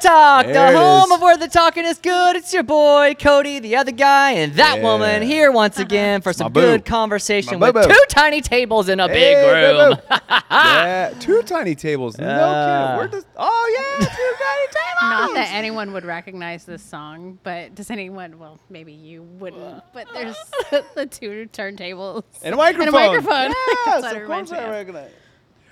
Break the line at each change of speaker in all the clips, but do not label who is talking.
Talk,
There
the
it
home
is.
of where the talking is good. It's your boy Cody, the other guy, and that
Yeah.
woman here once
Uh-huh.
again for some
boo.
good conversation
My
with
boo-boo.
two tiny tables in a
Hey,
big room.
boo-boo. yeah, two tiny tables. No kidding. Where does? Oh yeah, two tiny tables.
Not that anyone would recognize this song, but does anyone? Well, maybe you wouldn't. But there's the two turntables.
And a microphone.
microphone.
Yes,
That's what it
of course
reminds me
I
of.
recognize.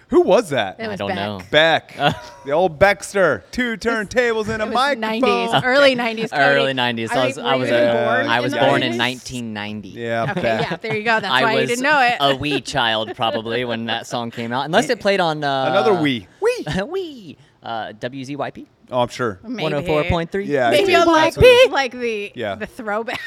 Who was that?
It was
don't
back.
know.
Beck, the old Beckster, two turntables and a
It was Er,
microphone.
90s, early 90s. Cody.
Early '90s. I
Are-
was,
were
I was,
you
even
uh,
born
I
in
was
the
born in
90s?
1990
Yeah,
Okay,
Beck.
yeah, there you go. That's
I
why
was
you didn't know it.
a wee child probably when that song came out, unless it played on uh,
Another we. We.
wee uh, WZYP
Oh, I'm sure.
Maybe.
104.3.
Yeah.
Maybe
dude,
on like
that's what it is.
like the
Yeah.
the throwback.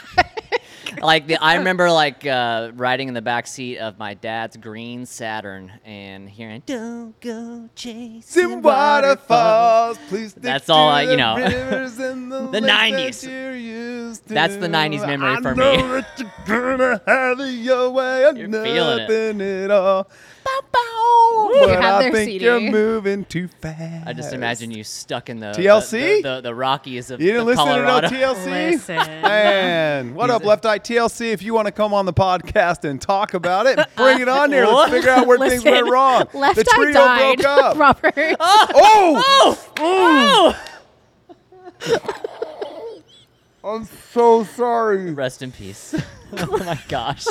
like the, I remember like uh, riding in the back seat of my dad's green Saturn and hearing "Don't go chasing
Some waterfalls, please. stick
That's all
to
I- you
the
know.
rivers and the,
The 90s.
90s. That you used to.
That's the 90s memory
I
for
know
me.
that you're gonna have it your way and
You're feeling it.
nothing at all. Bow, bow.
You
But
have
I
their
think
CD.
you're moving too fast.
I just imagine you stuck in the
TLC?
the, the, the Rockies of
You didn't
the
listen
Colorado.
to no TLC?
Listen.
Man, what
He's
up,
a-
Left Eye TLC? If you want to come on the podcast and talk about it, bring it on here.
What?
Let's figure out where things went wrong.
Left
the
eye
trio
died.
broke up.
Robert.
Oh,
oh, oh!
I'm so sorry.
Rest in peace. oh my gosh.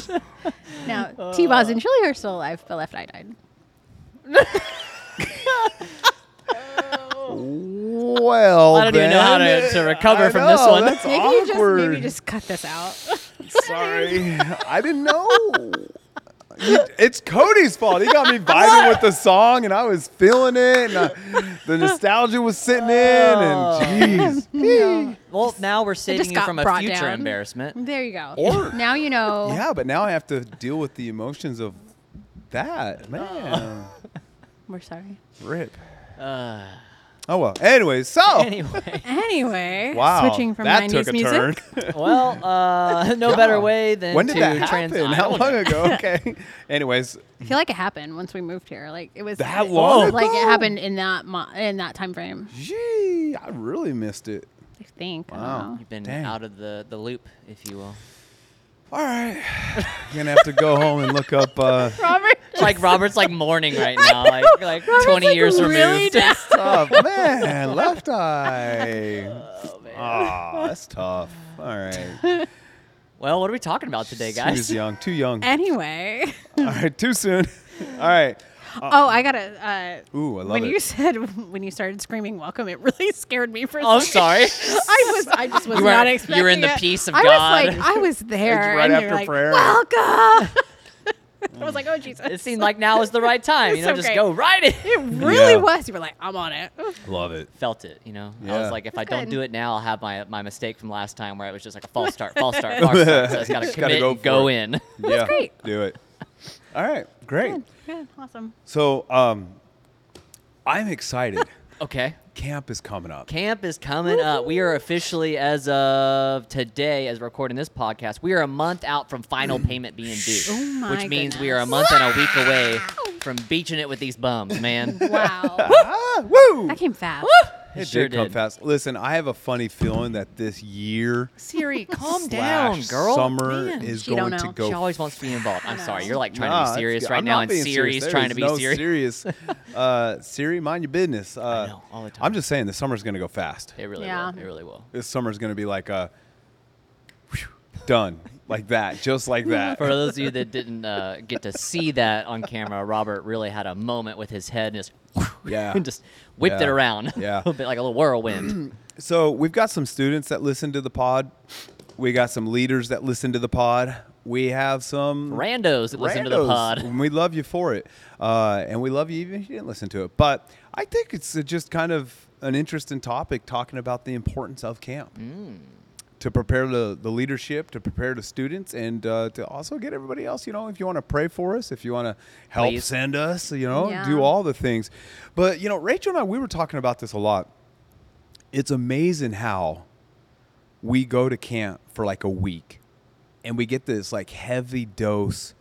Now, T Boz and Chili are still alive, but Left Eye died.
Well,
I don't even know how
then.
to- to recover
I
from this
know,
one.
That's
Maybe you just
awkward.
maybe you just cut this out.
Sorry, I didn't know. You- It's Cody's fault. He got me vibing with the song, and I was feeling it, and I, the nostalgia was sitting in.
Oh.
And jeez,
Well, now we're
just
saving you
got
from a
brought
future
down.
embarrassment.
There you go.
Or-
now you know.
yeah, but now I have to deal with the emotions of that man.
We're sorry.
Rip. oh well. Anyways, so
Uh. Anyway,
Anyway,
wow,
switching from
that
90s
took a
music.
turn.
well, uh, no better way than
Oh. when did
to
that happen?
trans- I
How
don't
long
know.
ago? Okay. Anyways,
I feel like it happened once we moved here. Like it was
That
it-
long
Like it
ago?
happened in that mo- in that time frame.
gee, I really missed it.
I think. I
Wow.
don't know.
You've been
Dang.
out of the, the loop, if you will.
All right, I'm gonna have to go home and look up. Uh,
Robert.
like Robert's like mourning right now, like like twenty
like,
years
really
removed.
down.
oh man, left eye. Ah, that's tough. All right,
well, what are we talking about today,
he was
guys?
young, too young.
Anyway.
All right, too soon. All right.
oh, I gotta. Uh,
Ooh, I love
when
it.
you said when you started screaming "Welcome," it really scared me for. a
Oh, I'm
second.
sorry.
I was. I just was
You were-
not
you were
expecting.
in the
it.
peace of
I
God.
was like, I was there.
right
and
after
you're like,
prayer. Mm.
Welcome. I was like, oh Jesus.
It seemed like now is the right time, you
It's
know,
so
just
great.
go right in.
It really
Yeah.
was. You were like, I'm on it.
love it.
Felt it, you know. I
Yeah.
was like, if I
That's
don't
good.
do it now, I'll have my my mistake from last time where it was just like a false start, false start, false start. So I just gotta
Just gotta
commit
go
and go in.
for it. That's yeah,
great.
Do it. All right, great.
Good. Good. Awesome.
So, um, I'm excited.
Okay.
Camp is coming up.
Camp is coming up. We are officially, as of today, as we're recording this podcast, we are a month out from final payment being due,
Oh my
which means we are a month and a week away from beaching it with these bums, man.
Wow.
Ah, woo!
that came fast.
It
Sure
did come
did.
fast. Listen, I have a funny feeling that this year
Siri, calm down,
slash
girl.
summer
Man.
is
She don't
going to
know.
go.
She always wants to be involved. I'm
I
sorry,
know.
you're like trying
Nah,
to
that's
be serious
good.
right
I'm
now,
not
and
being
Siri's
serious.
trying
There
to
is
be
no
serious.
serious. Uh, Siri, mind your business. Uh,
know, all the
I'm
time.
just saying, the summer's going to go fast.
It really
Yeah.
will. It really will.
This summer's going to be like a whew, done, like that, just like that.
For those of you that didn't uh, get to see that on camera, Robert really had a moment with his head and just,
Yeah.
and just whipped it
Yeah.
around. a
Yeah.
little bit like a little whirlwind.
So we've got some students that listen to the pod. We got some leaders that listen to the pod. We have some
Randos that listen to the
randos,
pod.
and we love you for it, uh, and we love you even if you didn't listen to it. But I think it's uh, just kind of an interesting topic, talking about the importance of camp to prepare the, the leadership, to prepare the students, and uh, to also get everybody else. You know, if you want to pray for us, if you want to help
Please.
send us, you know,
Yeah.
do all the things. But you know, Rachel and I, we were talking about this a lot. It's amazing how we go to camp for like a week and we get this like heavy dose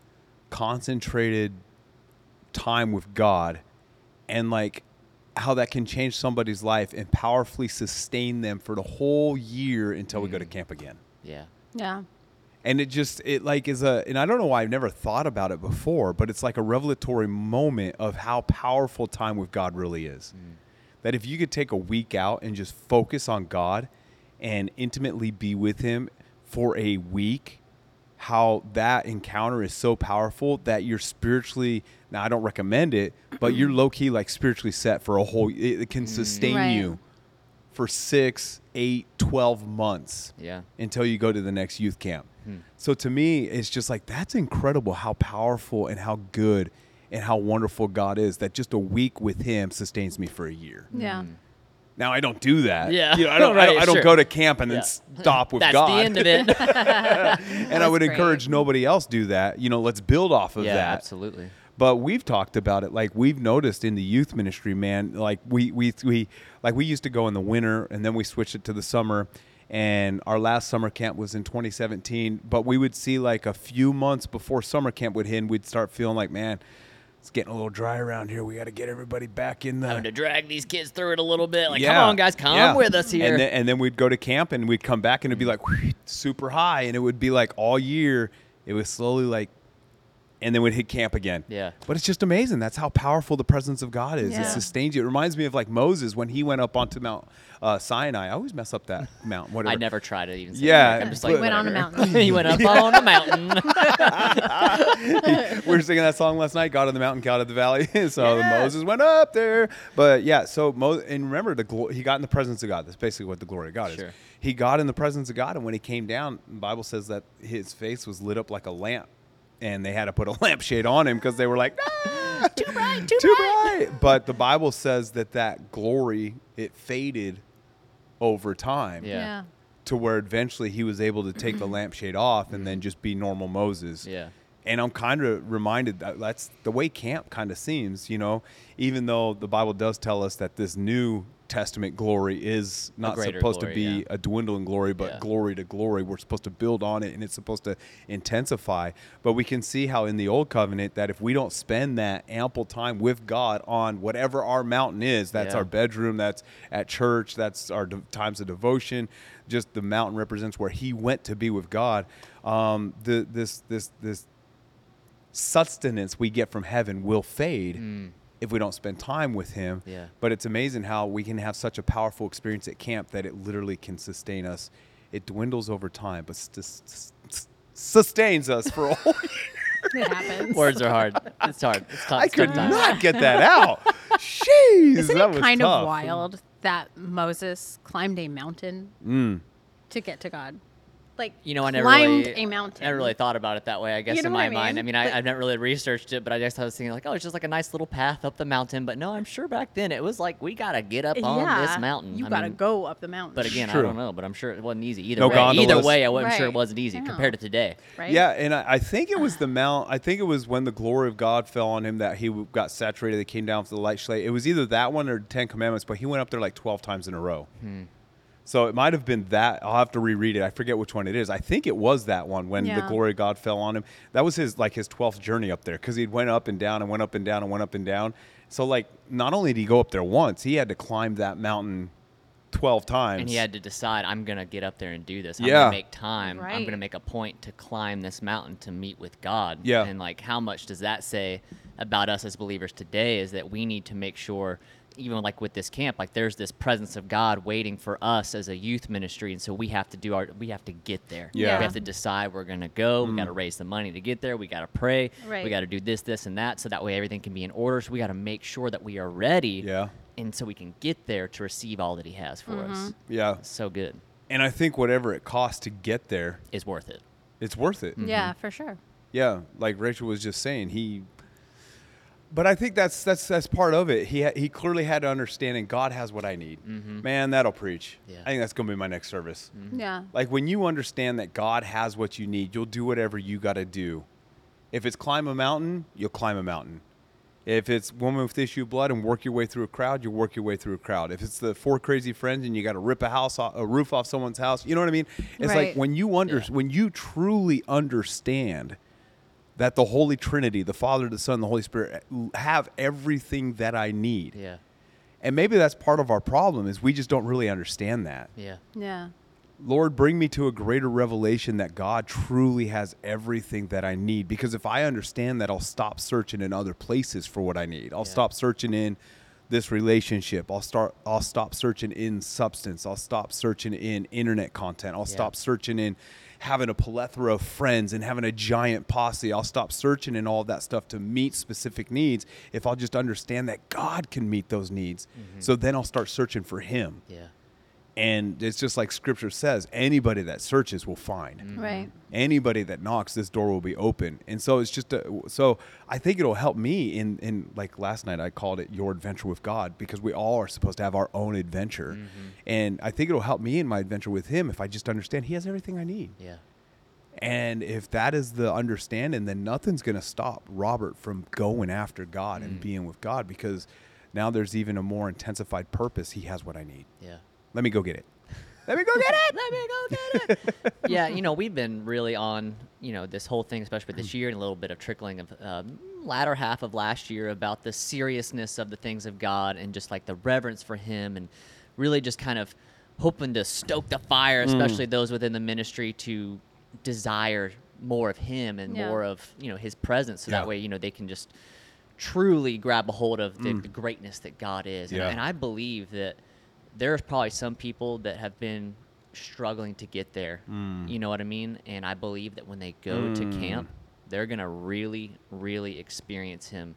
concentrated time with God and like how that can change somebody's life and powerfully sustain them for the whole year until we go to camp again.
Yeah.
Yeah.
And it just it like is a and I don't know why I've never thought about it before, but it's like a revelatory moment of how powerful time with God really is. That if you could take a week out and just focus on God and intimately be with him for a week, how that encounter is so powerful that you're spiritually now I don't recommend it, but you're low key like spiritually set for a whole it, it can sustain
Right.
you for six, eight, 12 months
Yeah.
until you go to the next youth camp.
Hmm.
So to me, it's just like that's incredible how powerful and how good and how wonderful God is that just a week with Him sustains me for a year.
Mm. Yeah.
Now I don't do that.
Yeah.
You know, I don't. I don't,
Right,
I don't
sure.
go to camp and
Yeah.
then stop with
That's
God.
the end of it.
and I would
That's
encourage
great.
nobody else do that. You know, let's build off of
yeah,
that.
absolutely.
But we've talked about it. Like we've noticed in the youth ministry, man. Like we we we like we used to go in the winter, and then we switched it to the summer. And our last summer camp was in 2017. But we would see like a few months before summer camp would hit, we'd start feeling like, man, it's getting a little dry around here. We got to get everybody back in the
Having to drag these kids through it a little bit. Like,
yeah.
come on, guys, come
Yeah.
with us here.
And then, and then we'd go to camp and we'd come back and it'd be like super high. And it would be like all year, it was slowly like, and then we'd hit camp again.
Yeah.
But it's just amazing. That's how powerful the presence of God is.
Yeah.
It sustains you. It reminds me of like Moses when he went up onto Mount uh, Sinai. I always mess up that mountain. Whatever.
I never try to even. Say
Yeah,
that. I'm just
but-
like
Went
on a
whatever.
mountain.
he went up on a mountain.
we were singing that song last night, God of the Mountain, God of the Valley. so
Yeah.
Moses went up there. But yeah, so Mo- and remember the glo- he got in the presence of God. That's basically what the glory of God
Sure.
is. He got in the presence of God, and when he came down, the Bible says that his face was lit up like a lamp, and they had to put a lampshade on him because they were like, "Ah,
Too bright. Too,
too bright. But the Bible says that that glory it faded over time
Yeah.
Yeah.
to where eventually he was able to take the lampshade off and then just be normal Moses.
Mm-hmm. Yeah.
And I'm kind of reminded that that's the way camp kind of seems, you know, even though the Bible does tell us that this new testament glory is not
greater
supposed
glory,
to be
yeah.
a dwindling glory, but
Yeah.
glory to glory. We're supposed to build on it and it's supposed to intensify. But we can see how in the old covenant that if we don't spend that ample time with God on whatever our mountain is, that's
Yeah.
our bedroom, that's at church, that's our de- times of devotion. Just the mountain represents where he went to be with God. Um, the, this this this sustenance we get from heaven will fade if we don't spend time with him.
Mm. Yeah.
But it's amazing how we can have such a powerful experience at camp that it literally can sustain us. It dwindles over time, but st- st- st- sustains us for a whole
It happens.
Words are hard. It's hard. It's tough.
I
it's
could
tough times.
not get that out. Jeez,
Isn't
that
it
was
kind
tough.
of wild that Moses climbed a mountain
Mm.
to get to God? Like
You know, I never
climbed
really,
a mountain.
I never really thought about it that way. I guess
know
in
what
my
I
mind, I
mean?
mean, I, I've never really researched it, but I just was thinking like, oh, it's just like a nice little path up the mountain. But no, I'm sure back then it was like we gotta get up on this mountain.
You
I
gotta
mean,
go up the mountain.
But again, I
True.
don't know. But I'm sure it wasn't easy either
No
way. Either
gondolas.
way, I wasn't sure it
Right.
wasn't easy
Yeah.
compared to today.
right?
Yeah, and I, I think it was the mount. I think it was when the glory of God fell on him that he w- got saturated. That came down for the light slate. It was either that one or Ten Commandments, but he went up there like twelve times in a row.
Hmm.
So it might have been that. I'll have to reread it. I forget which one it is. I think it was that one when the
Yeah.
glory of God fell on him. That was his like his twelfth journey up there because he went up and down and went up and down and went up and down. So like, not only did he go up there once, he had to climb that mountain twelve times.
And he had to decide, I'm gonna get up there and do this. I'm
Yeah.
gonna make time. I'm
Right.
gonna make a point to climb this mountain to meet with God.
Yeah.
And like, how much does that say about us as believers today? Is that we need to make sure, even like with this camp, like there's this presence of God waiting for us as a youth ministry, and so we have to do our, we have to get there.
Yeah. Mm.
We have to decide we're gonna go. We gotta raise the money to get there. We gotta pray. We
Right.
gotta do this, this, and that, so that way everything can be in order. So we gotta make sure that we are ready.
Yeah.
And so we can get there to receive all that He has for us
Mm-hmm.
yeah.
so good
And I think whatever it costs to get there,
is worth it.
it's worth it.
Mm-hmm.
Yeah, for sure.
Yeah, like Rachel was just saying, he. But I think that's that's that's part of it. He ha- he clearly had to understand, and God has what I need. Man, that'll preach.
Yeah.
I think that's gonna be my next service.
Mm-hmm.
Yeah.
Like when you understand that God has what you need, you'll do whatever you got to do. If it's climb a mountain, you'll climb a mountain. If it's woman with issue of blood and work your way through a crowd, you'll work your way through a crowd. If it's the four crazy friends and you got to rip a house off, a roof off someone's house, you know what I mean? It's like
Right.
when you under when you truly understand that the eh, Holy Trinity, the Father, the Son, the Holy Spirit have everything that I need
Yeah.
And maybe that's part of our problem is we just don't really understand that.
Yeah.
Yeah.
Lord, bring me to a greater revelation that God truly has everything that I need. Because if I understand that, I'll stop searching in other places for what I need. I'll
Yeah.
stop searching in this relationship. I'll start. I'll stop searching in substance. I'll stop searching in internet content. I'll
Yeah.
stop searching in having a plethora of friends and having a giant posse. I'll stop searching in all of that stuff to meet specific needs if I'll just understand that God can meet those needs.
Mm-hmm.
So then I'll start searching for Him.
Yeah.
And it's just like scripture says anybody that searches will find.
Mm-hmm.
Right.
Anybody that knocks, this door will be open. And so it's just a, so I think it'll help me in in like last night I called it your adventure with God because we all are supposed to have our own adventure. And I think it'll help me in my adventure with him if I just understand he has everything I need.
Yeah.
And if that is the understanding, then nothing's going to stop Robert from going after God and being with God because now there's even a more intensified purpose. He has what I need.
Yeah.
Let me go get it. Let me go get it.
Let me go get it. yeah, you know, we've been really on, you know, this whole thing, especially this year, and a little bit of trickling of uh, latter half of last year about the seriousness of the things of God and just like the reverence for Him, and really just kind of hoping to stoke the fire, especially those within the ministry, to desire more of Him and
Yeah.
more of you know His presence, so
Yeah.
that way you know they can just truly grab a hold of the, the greatness that God is. And,
Yeah.
I, and I believe that there's probably some people that have been struggling to get there. You know what I mean? And I believe that when they go to camp, they're going to really, really experience Him.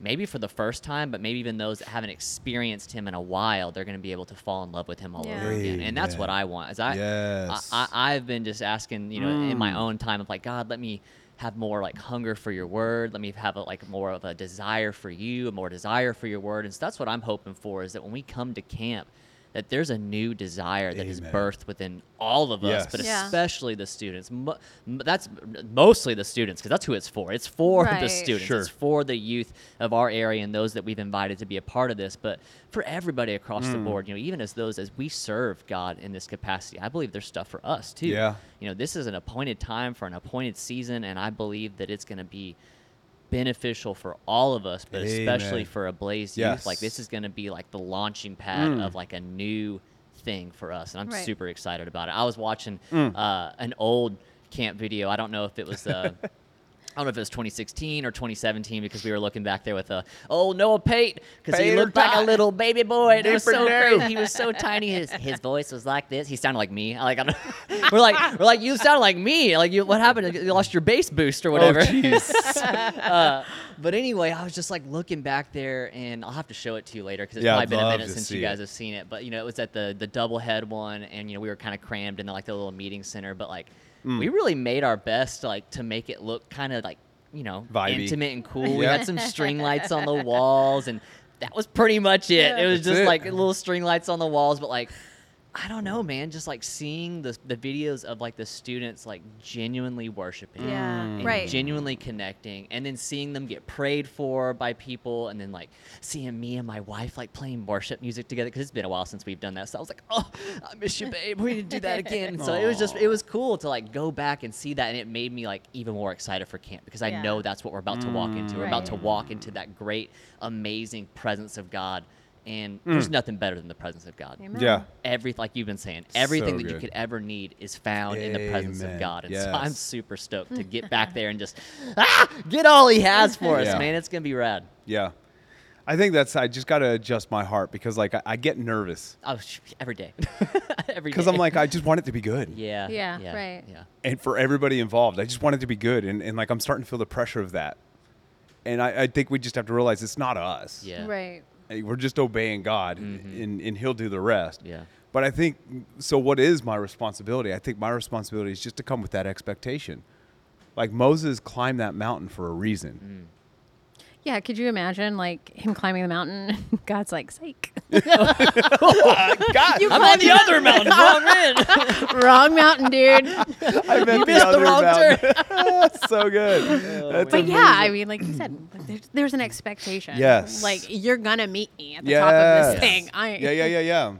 Maybe for the first time, but maybe even those that haven't experienced him in a while, they're going to be able to fall in love with him all
Yeah.
over again. And that's what
Amen.
I want. Is I,
Yes. Mm.
I, I, I've been just asking, you know, in my own time of like, God, let me have more like hunger for your word. Let me have a, like more of a desire for you, a more desire for your word. And so that's what I'm hoping for is that when we come to camp, that there's a new desire that is
Amen.
birthed within all of us,
Yes.
but
Yeah.
especially the students. Mo- m- That's mostly the students because that's who it's for. It's for the
Right.
students.
Sure.
It's for the youth of our area and those that we've invited to be a part of this, but for everybody across
Mm.
the board, you know, even as those as we serve God in this capacity, I believe there's stuff for us too.
Yeah.
You know, this is an appointed time for an appointed season, and I believe that it's going to be beneficial for all of us, but especially
Amen.
for Ablaze youth.
Yes. Mm.
Like this is going to be like the launching pad of like a new thing for us, and I'm
Right.
super excited about it. I was watching
Mm.
uh, an old camp video. I don't know if it was. Uh, I don't know if it was 2016 or 2017 because we were looking back there with uh, oh Noah Pate because he
Pate or
looked like a
Pate.
little baby boy. And it was so
Different
crazy.
dude.
He was so tiny. His his voice was like this. He sounded like me. Like I don't, we're like we're like you sound like me. Like you, what happened? You lost your bass boost or whatever.
Oh, jeez.
Uh, but anyway, I was just like looking back there, and I'll have to show it to you later because it's
Yeah, I'd
probably been a
love
minute
to
since
see
you guys
it.
have seen it. But you know, it was at the the doublehead one, and you know, we were kind of crammed in like the little meeting center. But like,
Mm.
we really made our best like to make it look kind of like you know
Vibey.
intimate and cool. We
Yeah.
had some string lights on the walls, and that was pretty much it. It was
That's
just
it.
like little string lights on the walls, but like. I don't know, man. Just like seeing the, the videos of like the students like genuinely worshiping
Yeah.
and
Right.
genuinely connecting and then seeing them get prayed for by people and then like seeing me and my wife like playing worship music together because it's been a while since we've done that so i was like oh i miss you babe we need to do that again And so it was just it was cool to like go back and see that and it made me like even more excited for camp because i
Yeah.
know that's what we're about to walk into we're about to
Right.
walk into that great amazing presence of god and there's nothing better than the presence of god
Amen.
Yeah.
every like you've been saying, everything
So
that you
good.
could ever need is found in the presence of
Amen.
God. And so I'm
Yes.
super stoked to get back there and just ah, get all He has for us,
Yeah.
man. It's gonna be rad.
Yeah. I think that's, I just got to adjust my heart because, like, I, I get nervous
Oh, sh- every day, every
because
day.
I'm like, I just want it to be good.
yeah,
Yeah, right.
yeah,
And for everybody involved, I just want it to be good. And, and like, I'm starting to feel the pressure of that. And I, I think we just have to realize it's not us.
yeah, Mm-hmm.
Right.
Hey, We're just obeying God and, and He'll do the rest.
Yeah.
But I think, so what is my responsibility? I think my responsibility is just to come with that expectation. Like, Moses climbed that mountain for a
Mm-hmm.
reason.
Yeah. Could you imagine like him climbing the mountain? God's like, psych.
God,
I'm on the other mountain. Wrong end.
Wrong mountain, dude.
I meant
missed the wrong
turn. so good. That's
Oh, But
amazing.
yeah, I mean, like you said, like, there's, there's an expectation.
Yes.
Like you're gonna meet me at the top of
Yes.
this thing. I
Yeah, yeah, yeah, yeah.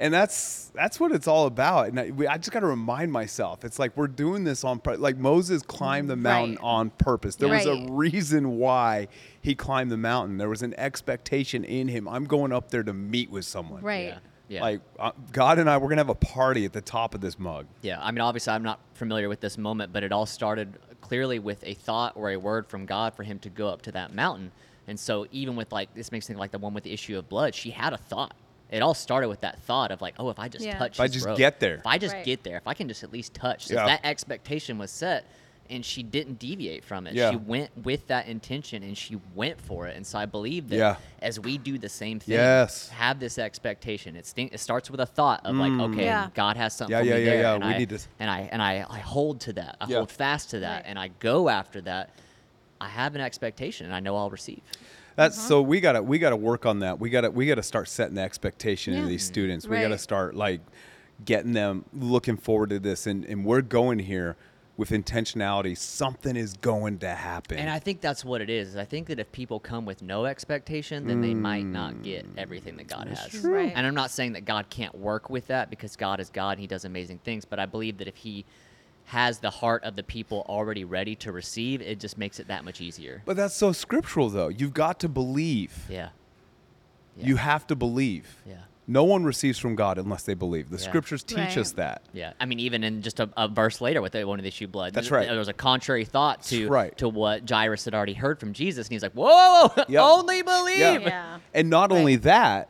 and that's that's what it's all about. And I, we, I just got to remind myself, it's like we're doing this on pur- like Moses climbed the mountain
Right.
on purpose. There was
Right.
a reason why he climbed the mountain. There was an expectation in him. I'm going up there to meet with someone.
Right.
Yeah. Yeah.
Like uh, God and I, we're gonna have a party at the top of this mug.
Yeah, I mean, obviously, I'm not familiar with this moment, but it all started clearly with a thought or a word from God for him to go up to that mountain. And so, even with like, this makes me think like the one with the issue of blood, she had a thought. It all started with that thought of like, oh, if I just
Yeah.
touch,
If I
his
just
robe,
get there.
if I just
Right.
get there, if I can just at least touch. So
Yeah.
that expectation was set, and she didn't deviate from it.
Yeah.
She went with that intention and she went for it. And so I believe that
Yeah.
as we do the same thing,
Yes.
have this expectation. It's think, it starts with a thought of
Mm.
like, okay,
Yeah.
God has something
Yeah,
for
yeah,
me
yeah,
there,
yeah.
and
We
I-
need to-
and I and I, I hold to that. I
Yeah.
hold fast to that,
Right.
and I go after that. I have an expectation, and I know I'll receive.
That's
Uh-huh.
so we gotta we gotta work on that. We gotta we gotta start setting the expectation in
Yeah.
these students. We gotta
Right.
start like getting them looking forward to this and, and we're going here with intentionality. Something is going to happen.
And I think that's what it is. is I think that if people come with no expectation, then they might not get
Mm.
everything that God has.
true. Right.
And I'm not saying that God can't work with that because God is God and He does amazing things. But I believe that if He has the heart of the people already ready to receive, it just makes it that much easier.
but that's so scriptural though. You've got to believe.
Yeah. Yeah.
You have to believe.
Yeah.
No one receives from God unless they believe. The
Yeah.
scriptures teach
Right.
us that.
Yeah, I mean, even in just a, a verse later with the one of the issue of blood.
That's
th-
right.
There was a contrary thought to
That's right.
to what Jairus had already heard from Jesus, and he's like, "Whoa,
Yep.
only believe."
Yeah.
And not
Right.
only that,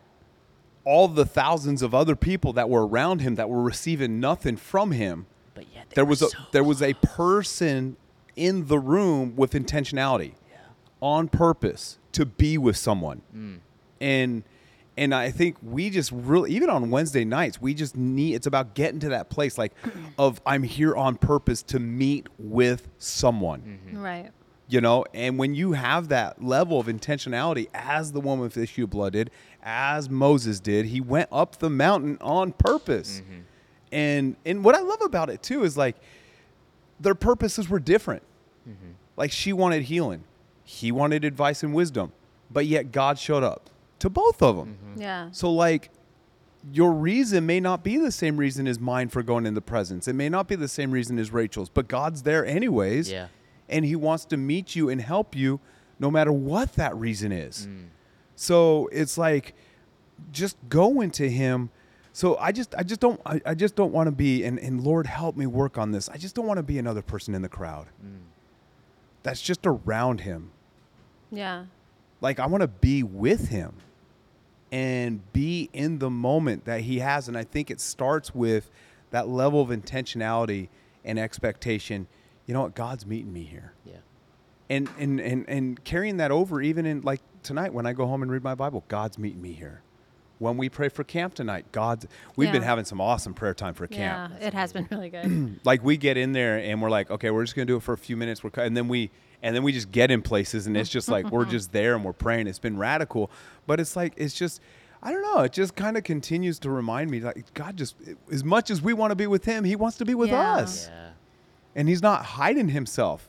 all the thousands of other people that were around him that were receiving nothing from him
But yet they
there
were
was a
so
there was a person in the room with intentionality on purpose to be with someone
Mm.
and and i think we just really even on wednesday nights we just need it's about getting to that place like of i'm here on purpose to meet with someone
Mm-hmm.
Right.
you know and when you have that level of intentionality as the woman with the issue of blood did as moses did he went up the mountain on purpose and and what i love about it too is like their purposes were different like she wanted healing he wanted advice and wisdom but yet god showed up to both of them
Yeah.
so like your reason may not be the same reason as mine for going in the presence. It may not be the same reason as Rachel's, but God's there anyways.
Yeah.
And he wants to meet you and help you no matter what that reason is. So it's like just go into him. So I just I just don't I, I just don't want to be and, and Lord help me work on this. I just don't want to be another person in the crowd. That's just around him
Yeah.
like I want to be with him and be in the moment that he has and I think it starts with that level of intentionality and expectation. You know what? God's meeting me here.
Yeah,
And and and and carrying that over even in like tonight when I go home and read my Bible, God's meeting me here. When we pray for camp tonight, God's we've been
Yeah.
having some awesome prayer time for camp
Yeah. It has been really good.
like we get in there and we're like, okay, we're just gonna do it for a few minutes. We're cu- and then we and then we just get in places and it's just like we're just there and we're praying. It's been radical, but it's like it's just I don't know. It just kind of continues to remind me like God just as much as we want to be with Him, He wants to be with
Yeah.
us,
yeah,
and He's not hiding Himself.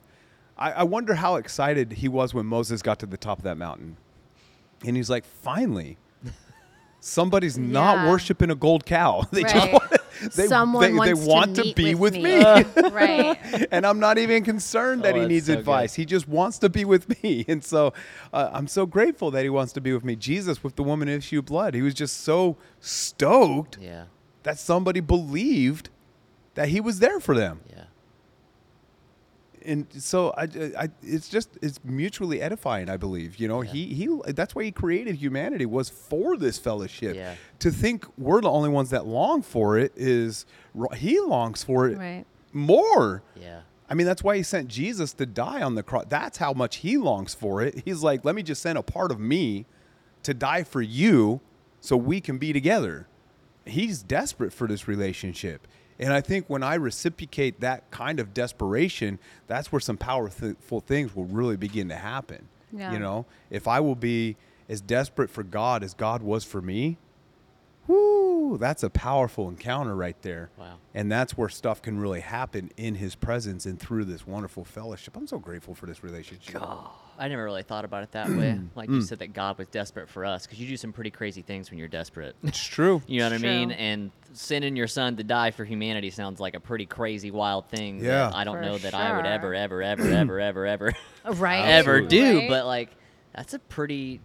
I, I wonder how excited He was when Moses got to the top of that mountain, and he's like, finally. Somebody's not
Yeah.
worshiping a gold cow. They just
Right.
want, they,
Someone
they,
wants
they want to,
meet
be with, me
right.
and I'm not even concerned that
Oh,
he
that's
needs
so
advice. He just wants to be with me, and so uh, I'm so grateful that he wants to be with me. Jesus with the woman in issue of blood, he was just so stoked
yeah,
that somebody believed that he was there for them,
yeah.
and so I, I it's just it's mutually edifying. I believe you know he he that's why he created humanity was for this fellowship.
Yeah.
To think we're the only ones that long for it is wr- he longs for it
Right.
more.
yeah.
I mean, that's why he sent Jesus to die on the cross. That's how much he longs for it. He's like, let me just send a part of me to die for you so we can be together. He's desperate for this relationship. And I think when I reciprocate that kind of desperation, that's where some powerful things will really begin to happen.
Yeah.
You know, if I will be as desperate for God as God was for me, whoo, Whew, that's a powerful encounter right there.
Wow.
And that's where stuff can really happen in his presence and through this wonderful fellowship. I'm so grateful for this relationship.
I never really thought about it that way. Like
Mm.
you said, that God was desperate for us because you do some pretty crazy things when you're desperate.
It's true.
You know what
It's
I mean?
true.
And sending your son to die for humanity sounds like a pretty crazy, wild thing. that
Yeah.
I don't
For
know that I would
sure.
ever, ever, ever, ever, ever, ever,
Right.
ever do.
Right?
But like, that's a pretty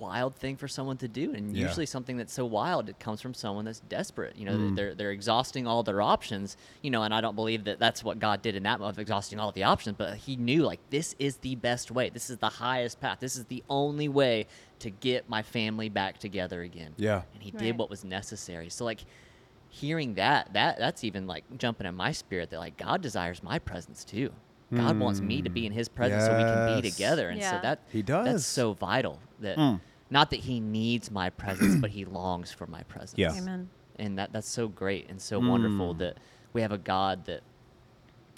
wild thing for someone to do, and
Yeah.
usually something that's so wild it comes from someone that's desperate. You know, they're they're exhausting all their options. You know, and I don't believe that that's what God did in that of exhausting all the options, but He knew like this is the best way. This is the highest path. This is the only way to get my family back together again
Yeah.
and he
Right.
did what was necessary so like hearing that that that's even like jumping in my spirit that like god desires my presence too god wants me to be in his presence so we can be
Hmm. yes.
together and so
Yeah.
that
He
that's
does.
so vital that
Mm.
not that he needs my presence but he longs for my presence
Yeah.
Amen.
and that that's so great and so wonderful
Mm.
that we have a god that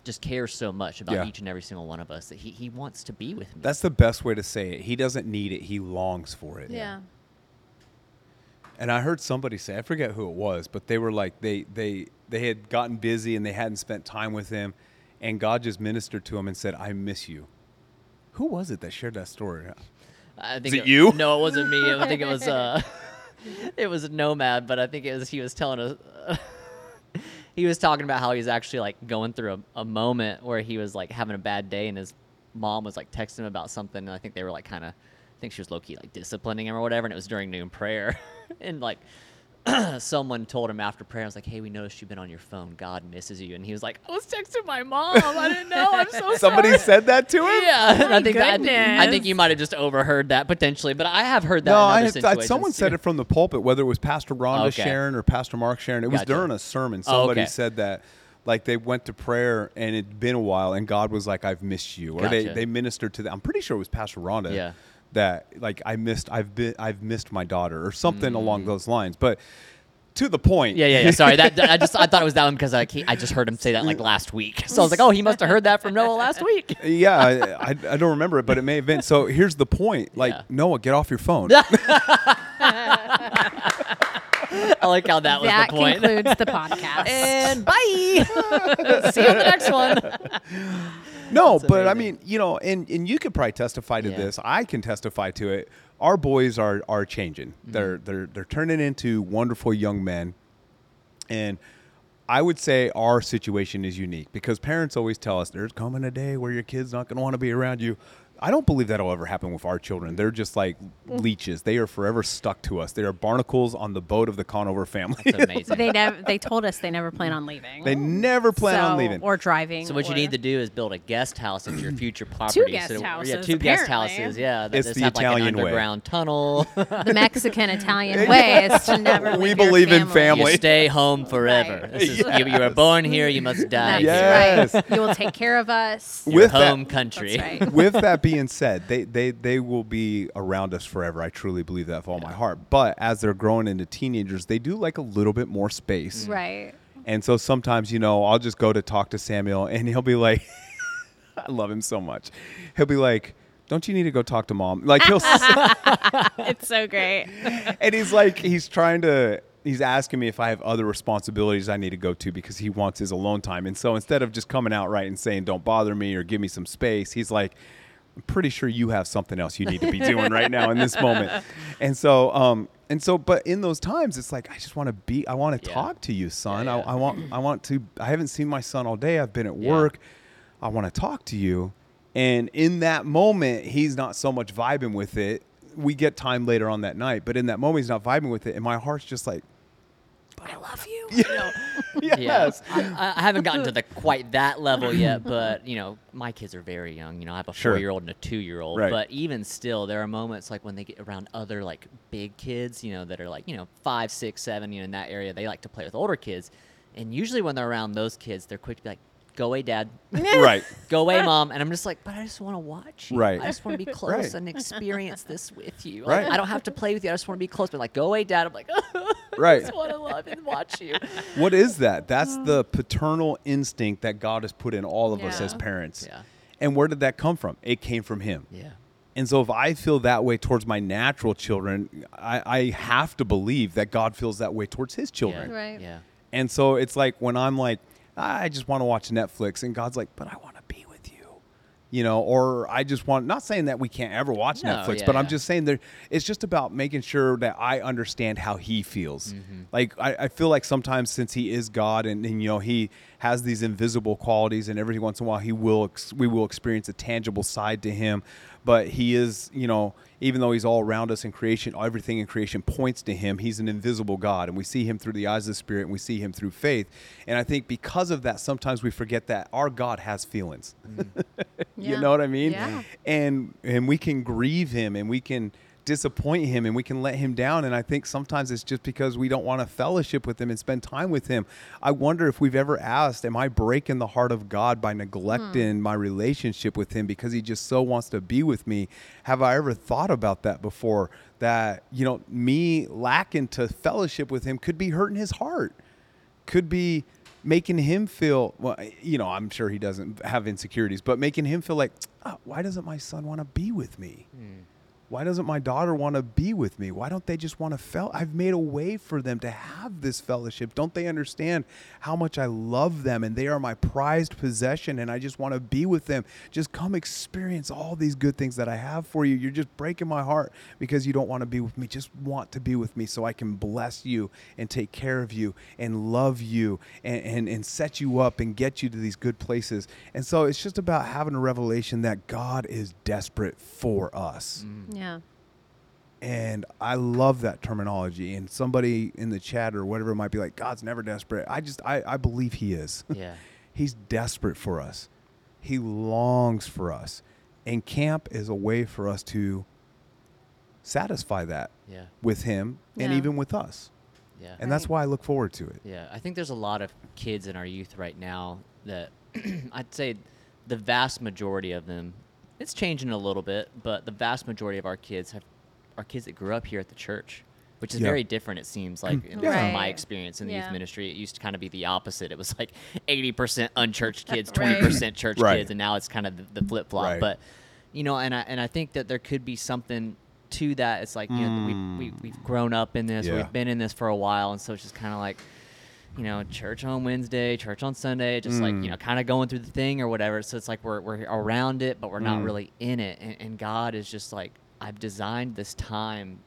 just cares so much about
Yeah.
each and every single one of us that he, he wants to be with me
That's the best way to say it. He doesn't need it, he longs for it.
Yeah.
And I heard somebody say, I forget who it was, but they were like they they they had gotten busy and they hadn't spent time with him, and God just ministered to him and said, "I miss you." Who was it that shared that story?
I think
it you?
No, it wasn't me. I think it was uh, it was Nomad, but I think it was he was telling us. he was talking about how he was actually like going through a, a moment where he was like having a bad day, and his mom was like texting him about something, and I think they were like kind of, I think she was low key like disciplining him or whatever, and it was during noon prayer, and like. Someone told him after prayer, I was like, "Hey, we noticed you've been on your phone. God misses you." And he was like, "I was texting my mom. I didn't know. I'm so
Somebody said that to him.
"Oh, yeah, and I think that, I, thi- I
goodness.
think you might have just overheard that potentially, but I have heard that.
No,
in
I
other
had, I, someone
situations,
said
too.
it from the pulpit, whether it was Pastor Rhonda
Okay.
Sharon or Pastor Mark Sharon. It was
Gotcha.
during a sermon.
Oh,
Somebody
okay.
said that, like they went to prayer and it'd been a while, and God was like, "I've missed you," or they
Gotcha.
they ministered to them. I'm pretty sure it was Pastor Rhonda.
Yeah.
That like I missed, I've been, I've missed my daughter, or something along those lines. But to the point.
Mm. Yeah, yeah, yeah. Sorry, that I just I thought it was that one because I can't- I just heard him say that like last week, so I was like, oh, he must have heard that from Noah last week.
yeah, I, I, I don't remember it, but it may have been. So here's the point: like
Yeah.
Noah, get off your phone.
I like how that was
That
the point.
concludes the podcast.
and bye. See you on the next one.
No,
That's
but I
amazing.
mean, you know, and and you could probably testify to
Yeah.
this. I can testify to it. Our boys are are changing.
Mm-hmm.
They're they're they're turning into wonderful young men. And I would say our situation is unique because parents always tell us there's coming a day where your kid's not going to want to be around you. I don't believe that'll ever happen with our children. They're just like
Mm.
leeches. They are forever stuck to us. They are barnacles on the boat of the Conover family.
It's amazing.
they never. They told us they never plan on leaving.
they never plan on
So-
leaving.
or driving.
So what you
or-
need to do is build a guest house at your future property.
guest
so, Yeah,
houses,
two guest
apparently.
houses. Yeah, that
It's
just
the
have like
Italian
an
way.
underground tunnel.
the Mexican Italian way is to never.
We
leave your
believe in family.
You stay home forever.
Right.
This is, you, you are born here. You must die
That's
here.
Yeah. Yes.
right. You will take care of us.
Your
With that-
home country.
That's right.
with that being said, they, they they will be around us forever. I truly believe that with all my heart. But as they're growing into teenagers, they do like a little bit more space.
Right.
And so sometimes, you know, I'll just go to talk to Samuel and he'll be like I love him so much. He'll be like, "Don't you need to go talk to mom?" Like he'll s-
It's so great.
and he's like he's trying to he's asking me if I have other responsibilities I need to go to because he wants his alone time. And so instead of just coming out right and saying, "Don't bother me" or "Give me some space," he's like, "I'm pretty sure you have something else you need to be doing right now in this moment." And so um and so but in those times it's like I just want to be I want to
Yeah.
talk to you, son.
Yeah, yeah.
I, I want I want to I haven't seen my son all day. I've been at
Yeah.
work. I want to talk to you. And in that moment, he's not so much vibing with it. We get time later on that night, but in that moment, he's not vibing with it. And my heart's just like,
I love you.
yes.
I, I haven't gotten to the quite that level yet, but you know, my kids are very young. You know, I have a
Sure.
four-year-old and a two-year-old.
Right.
But even still, there are moments like when they get around other like big kids, you know, that are like you know five, six, seven, you know, in that area, they like to play with older kids. And usually, when they're around those kids, they're quick to be like, "Go away, dad."
Right.
Go away, mom. And I'm just like, but I just want to watch you.
Right.
I just want to be close
Right.
and experience this with you. Like,
Right.
I don't have to play with you. I just want to be close. But like, go away, dad. I'm like, I
Right.
just want to love and watch you.
What is that? That's the paternal instinct that God has put in all of us
Yeah.
as parents.
Yeah.
And where did that come from? It came from Him.
Yeah.
And so if I feel that way towards my natural children, I, I have to believe that God feels that way towards his children.
Yeah.
Right.
Yeah.
And so it's like when I'm like, "Ah, I just want to watch Netflix, and God's like, but I want to be with you, you know, or I just want, not saying that we can't ever watch
No,
Netflix,
yeah,
but I'm
yeah.
just saying that it's just about making sure that I understand how he feels.
Mm-hmm.
Like, I, I feel like sometimes since he is God and, and, you know, he has these invisible qualities, and every once in a while he will, ex- we will experience a tangible side to him, but he is, you know, even though he's all around us in creation, everything in creation points to him. He's an invisible God, and we see him through the eyes of the Spirit, and we see him through faith. And I think because of that, sometimes we forget that our God has feelings.
Yeah.
you know what I mean?
Yeah.
And and we can grieve him, and we can disappoint him, and we can let him down. And I think sometimes it's just because we don't want to fellowship with him and spend time with him. I wonder if we've ever asked, "Am I breaking the heart of God by
Hmm.
neglecting my relationship with him because he just so wants to be with me?" Have I ever thought about that before? That you know, me lacking to fellowship with him could be hurting his heart could be making him feel well you know i'm sure he doesn't have insecurities but making him feel like "Ah, why doesn't my son want to be with me why doesn't my daughter want to be with me why don't they just want to fell i've made a way for them to have this fellowship don't they understand how much i love them and they are my prized possession and i just want to be with them just come experience all these good things that i have for you you're just breaking my heart because you don't want to be with me just want to be with me so i can bless you and take care of you and love you and, and, and set you up and get you to these good places and so it's just about having a revelation that god is desperate for us
Yeah.
and I love that terminology. And somebody in the chat or whatever might be like, God's never desperate. I just, I, I believe He is.
Yeah.
He's desperate for us, He longs for us. And camp is a way for us to satisfy that
Yeah.
with Him and
Yeah.
even with us.
Yeah.
And that's
Right.
why I look forward to it.
Yeah, I think there's a lot of kids in our youth right now that I'd say the vast majority of them. It's changing a little bit, but the vast majority of our kids have are kids that grew up here at the church, which is
Yeah.
very different. It seems like in-
Yeah.
from my
Right.
experience in the
Yeah.
youth ministry, it used to kind of be the opposite. It was like 80% unchurched kids,
Right.
20% church
Right.
kids, and now it's kind of the, the flip flop.
Right.
But you know, and I and I think that there could be something to that. It's like you know, we, we we've grown up in this,
Mm. Yeah.
we've been in this for a while, and so it's just kind of like you know, church on Wednesday, church on Sunday, just like, you know, kind of going through the thing or whatever. So it's like we're, we're around it, but we're not really in it. And, and God is just like, I've designed this time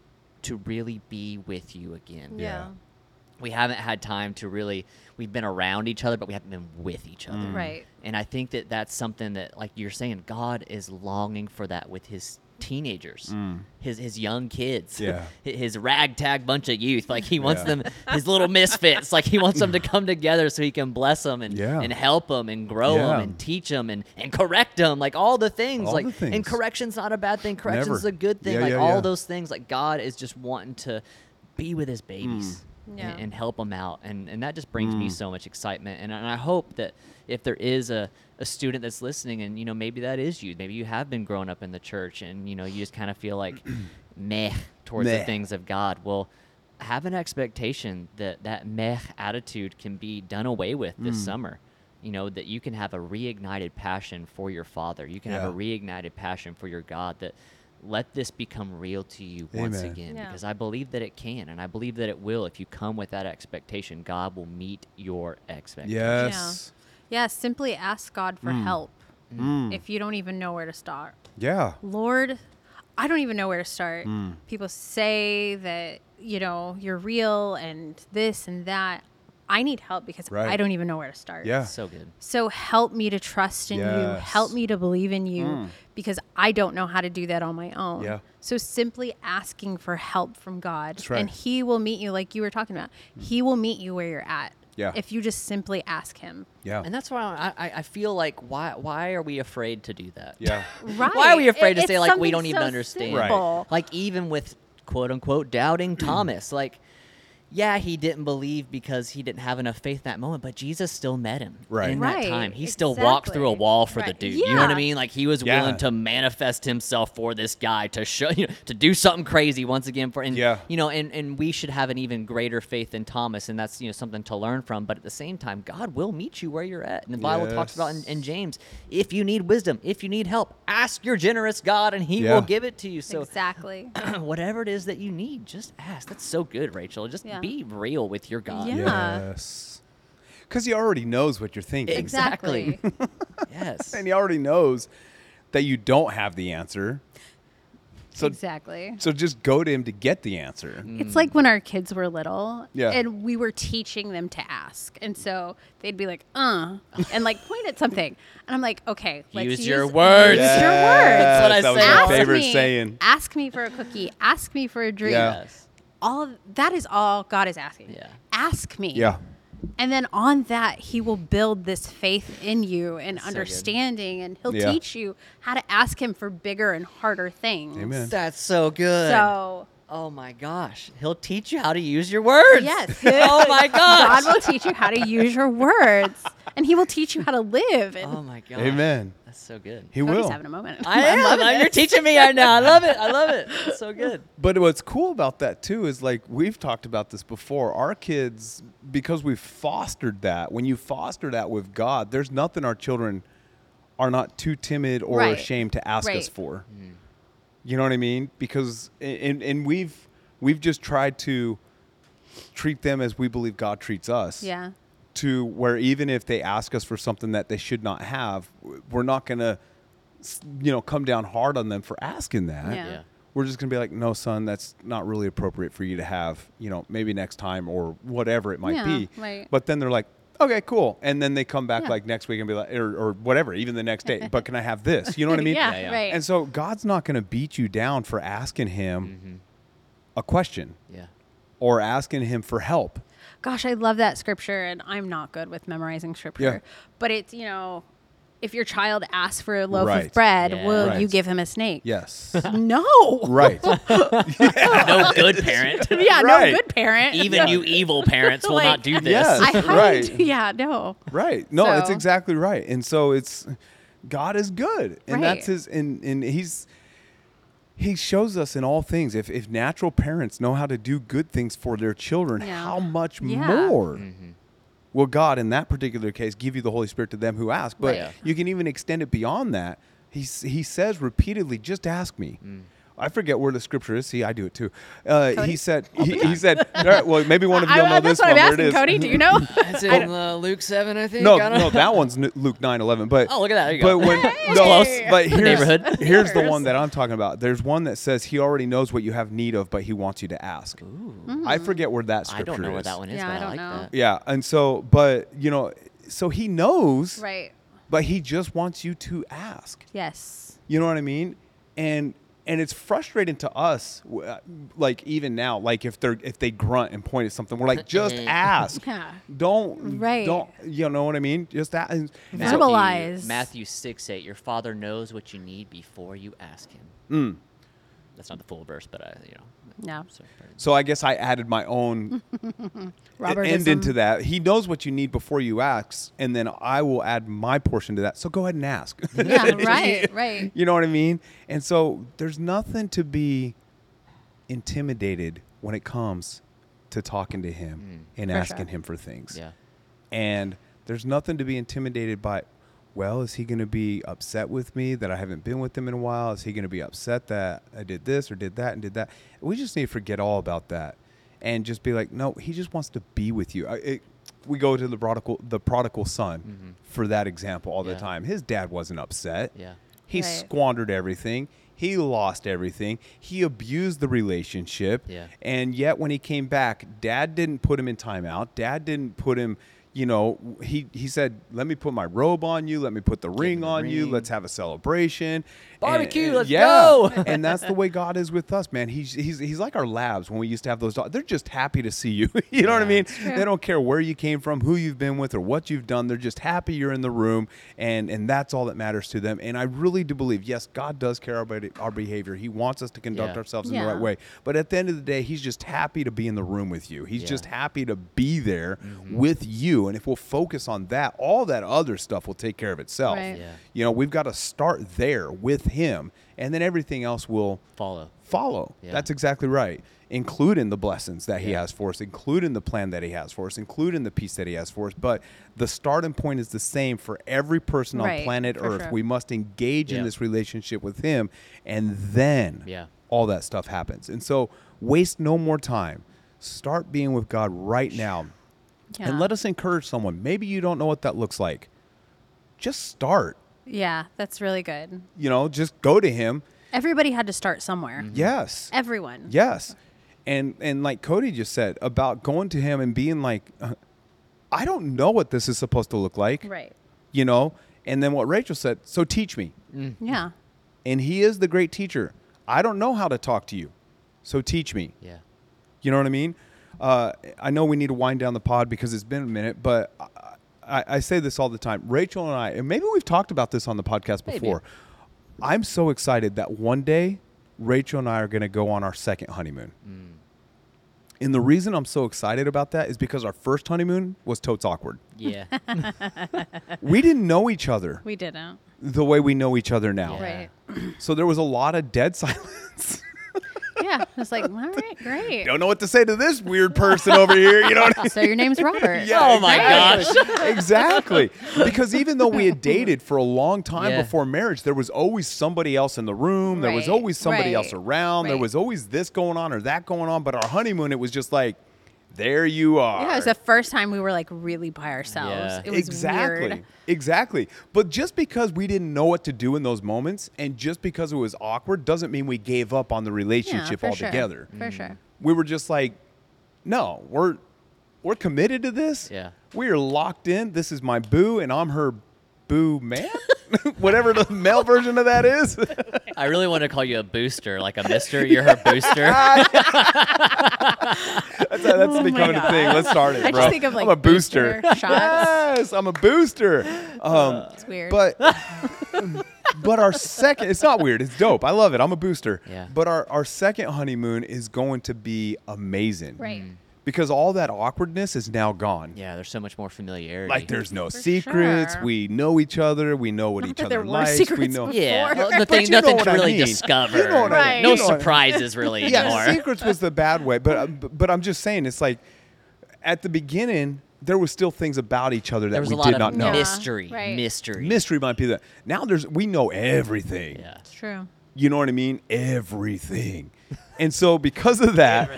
to really be with you again.
Yeah.
We haven't had time to really, we've been around each other, but we haven't been with each other.
Mm.
Right.
And I think that that's something that, like you're saying, God is longing for that with his teenagers,
Mm.
his his young kids,
Mm-hmm. Yeah.
hi- his ragtag bunch of youth. Like he wants
Yeah.
them, his little misfits. Like he wants them to come together so he can bless them and
Yeah.
and help them and grow them
Yeah.
and teach them and and correct them. Like all the things.
All
like
the
and
things.
correction's not a bad thing. Correction's
Never.
is a good thing.
Yeah,
like
yeah,
all
yeah.
those things. Like God is just wanting to be with his babies and-
Yeah.
and, help them out. And, and that just brings me so much excitement. And, and I hope that if there is a, a student that's listening and, you know, maybe that is you, maybe you have been growing up in the church and, you know, you just kind of feel like meh towards the
Meh.
things of God. Well, have an expectation that that meh attitude can be done away with this
Mm.
summer. You know, that you can have a reignited passion for your father. You can have a
Yeah.
reignited passion for your God that let this become real to you once
Amen.
again
Yeah.
because I believe that it can and I believe that it will if you come with that expectation God will meet your expectation.
Yes.
Yeah. Simply ask God for
Mm.
help if you don't even know where to start.
Yeah.
Lord, I don't even know where to start.
Mm.
People say that, you know, you're real and this and that. I need help because
Right.
I don't even know where to start.
Yeah.
So good.
So help me to trust in you.
Yes. Mm.
Help me to believe in you because I don't know how to do that on my own.
Yeah.
So simply asking for help from God
That's right. Mm.
and he will meet you like you were talking about. He will meet you where you're at.
Yeah.
If you just simply ask him.
Yeah.
And that's why I, I, I feel like why why are we afraid to do that?
Yeah.
Right.
Why are we afraid to
It-
say
it's
like we
something
don't even
so
understand?
Right.
simple.
Like even with quote unquote doubting Thomas, like yeah, he didn't believe because he didn't have enough faith in that moment, but Jesus still met him
Right.
in
Right,
that time. He still walked through a
exactly.
wall for
Right.
the dude. You know what
Yeah.
I mean? Like he was
Yeah.
willing to manifest himself for this guy to show you know, to do something crazy once again for and
Yeah.
you know, and, and we should have an even greater faith in Thomas, and that's you know something to learn from. But at the same time, God will meet you where you're at. And the Bible talks about in,
Yes.
in James, if you need wisdom, if you need help, ask your generous God and he
Yeah.
will give it to you. So
exactly.
whatever it is that you need, just ask. That's so good, Rachel. Just
Yeah.
be real with your God.
Yeah.
Yes. Because he already knows what you're thinking.
Ex- Exactly.
Exactly.
Yes.
And he already knows that you don't have the answer. So,
exactly.
so just go to him to get the answer.
It's like when our kids were little
Mm. Yeah.
and we were teaching them to ask. And so they'd be like, uh, and like point at something. And I'm like, okay, let's
Use
use,
your words.
Use
Yes,
your words.
what I
that was
said.
my
Ask
favorite
me,
saying.
Ask me for a cookie. Ask me for a drink.
Yeah.
yes.
All of, that is all God is asking.
Yeah.
Ask me.
Yeah.
And then on that, he will build this faith in you and
So good.
understanding, and he'll
Yeah.
teach you how to ask him for bigger and harder things.
Mm. Amen.
That's so good.
So,
oh my gosh. He'll teach you how to use your words.
yes.
oh my gosh.
God will teach you how to use your words, and he will teach you how to live. And
oh my gosh.
Amen.
That's so good.
He
Cody's
will.
having a moment.
I am. I- You're teaching me right now. I love it. I love it. It's so good.
But what's cool about that too is like we've talked about this before. Our kids, because we've fostered that, when you foster that with God, there's nothing our children are not too timid or
Right.
ashamed to ask us
Right.
for. You know what I mean? Because and and we've we've just tried to treat them as we believe God treats us.
yeah.
To where even if they ask us for something that they should not have, w- we're not gonna, s- you know, come down hard on them for asking that
Yeah.
Yeah.
we're just gonna be like, no, son, that's not really appropriate for you to have. You know, maybe next time or whatever it might
Yeah,
be.
right.
But then they're like, okay, cool. And then they come back
Yeah.
like next week and be like, or, or whatever, even the next day. but can I have this? You know what I mean?
Yeah,
Yeah, yeah.
right.
And so God's not gonna beat you down for asking Him a question
Yeah.
or asking Him for help.
Gosh, I love that scripture, and I'm not good with memorizing scripture.
Yeah.
But it's, you know, if your child asks for a loaf
Right.
of bread,
Yeah.
will
Right.
you give him a snake?
Yes.
No.
right.
No good parent.
Yeah,
Right.
no good parent.
Even you evil parents will
Like-
not do this.
Yes.
I
Right.
right. Yeah, no.
Right. No, it's
So-
exactly right. And so it's God is good. And that's
Right.
his and and he's he shows us in all things if if natural parents know how to do good things for their children,
Yeah.
how much
Yeah.
more will God in that particular case give you the Holy Spirit to them who ask. But
Right. Yeah.
you can even extend it beyond that. He s- he says repeatedly, just ask me. I forget where the scripture is. See, I do it too. Uh, he
Cody? Oh,
said, he, he said, all right, well, maybe one of you will
I-
know
I-
this
that's what
one.
I'm
where it
asking,
is.
Cody. Do you know?
That's in uh, Luke 7, I think.
No,
I don't-
no, that one's n- Luke nine eleven. But
Oh, look at that. There you
but
go.
when
Hey!
no,
Close.
but here's,
Neighborhood.
here's the
Yes.
one that I'm talking about. There's one that says he already knows what you have need of, but he wants you to ask. I forget where that
I
scripture
don't know where
is.
that one is,
Yeah,
but I,
I don't
like
know.
that.
Yeah, and so, but you know, so he knows,
right.
but he just wants you to ask.
Yes.
You know what I mean? And and it's frustrating to us, w- uh, like even now, like if they're if they grunt and point at something, we're like, just ask.
Yeah.
Don't
Right.
don't you know what I mean? Just that. and-
Matthew- Verbalize.
Matthew 6 8. Your father knows what you need before you ask him.
Mm.
That's not the full verse, but I, you know.
No.
so-
So I guess I added my
Mm,
own e-,
Robert
end into that. He knows what you need before you ask, and then I will add my portion to that. So go ahead and ask.
Yeah, right, right.
you know what I mean? And so there's nothing to be intimidated when it comes to talking to him and
For sure.
asking him for things.
Yeah.
And there's nothing to be intimidated by. Well, is he going to be upset with me that I haven't been with him in a while? Is he going to be upset that I did this or did that and did that? We just need to forget all about that and just be like, no, he just wants to be with you. I, it, we go to the prodigal, the prodigal son, for that example all
Mm-hmm. Yeah.
the time. His dad wasn't upset.
Yeah.
He
Right.
squandered everything. He lost everything. He abused the relationship.
Yeah.
And yet, when he came back, dad didn't put him in timeout. Dad didn't put him, you know, he he said, "Let me put my robe on you. Let me put the ring
the
on you.
ring.
Let's have a celebration, And-
Barbecue,
and-
let's
yeah.
go.
and that's the way God is with us, man. He's he's he's like our labs when we used to have those. Dogs. They're just happy to see you. you know what I
Yeah.
mean?
true.
They don't care where you came from, who you've been with, or what you've done. They're just happy you're in the room, and and that's all that matters to them. And I really do believe, yes, God does care about it- our behavior. He wants us to conduct
Yeah.
ourselves in the
Yeah.
right way. But at the end of the day, He's just happy to be in the room with you. He's
Yeah. Mm-hmm.
just happy to be there with you. And if we'll focus on that, all that other stuff will take care of itself.
Right.
Yeah.
You know, we've got to start there with Him, and then everything else will
Follow.
follow.
Yeah.
That's exactly right. Including the blessings that he
Yeah.
has for us, including the plan that he has for us, including the peace that he has for us. But the starting point is the same for every person on
Right,
planet
for
Earth.
sure.
We must engage in
Yeah.
this relationship with him, and then
Yeah.
all that stuff happens. And so, waste no more time. Start being with God right now.
Yeah.
And let us encourage someone. Maybe you don't know what that looks like. Just start.
Yeah, that's really good.
You know, just go to him.
Mm-hmm. Everybody had to start somewhere.
Mm-hmm. Yes.
Everyone.
Yes. And and like Cody just said about going to him and being like uh, I don't know what this is supposed to look like.
Right.
You know? And then what Rachel said, so teach me.
Yeah.
And he is the great teacher. I don't know how to talk to you. So teach me.
Yeah.
You know what I mean? Uh, I know we need to wind down the pod because it's been a minute, but I, I, I say this all the time. Rachel and I, and maybe we've talked about this on the podcast
Maybe.
before. I'm so excited that one day Rachel and I are going to go on our second honeymoon.
Mm.
And the reason I'm so excited about that is because our first honeymoon was totes awkward.
Yeah.
we didn't know each other
We didn't.
the way we know each other now.
Yeah.
Right.
So there was a lot of dead silence.
Yeah. I was like, all right, great.
Don't know what to say to this weird person over here. You know what I mean?
So your name's Robert.
Yeah,
Oh my
exactly. exactly. Because even though we had dated for a long time
Yeah.
before marriage, there was always somebody else in the room. There was
Right,
always somebody else
right,
around. There
right.
was always this going on or that going on. But our honeymoon, it was just like, there you are.
Yeah, it was the first time we were like really by ourselves.
Yeah.
It was
exactly.
weird.
Exactly. But just because we didn't know what to do in those moments and just because it was awkward doesn't mean we gave up Mm-hmm. on the
Yeah,
relationship
for sure.
altogether.
For sure.
We were just like, no, we're we're committed to this.
Yeah.
We are locked in. This is my boo and I'm her boo man. Whatever the male version of that is.
I really want to call you a booster, like a mister. You're her booster.
That's, that's
Oh my
becoming a thing.
God.
Let's start it,
I
bro.
just think of like
I'm a booster.
booster shots.
yes, I'm a booster. Um,
It's weird.
But but our second it's not weird, it's dope. I love it. I'm a booster.
Yeah.
But our, our second honeymoon is going to be amazing.
Right.
Mm.
Because all that awkwardness is now gone.
yeah. There's so much more familiarity.
Like there's no
For
secrets.
sure.
We know each other. We know what
Not
each
that
other
there were
likes. we
secrets
know
before.
Yeah.
But
nothing,
you know
nothing's
what I
really
mean.
discovered.
You know what I
Right. mean.
No
You know what I mean.
surprises really
yeah,
anymore.
secrets was the bad way, but uh, b- but I'm just saying it's like at the beginning there was still things about each other
There
that
was
we
a
did
lot
not
of
know.
Yeah.
mystery.
right.
Mystery.
Mystery might be that. Now there's we know everything.
Yeah.
It's true.
You know what I mean? Everything. And so because of that,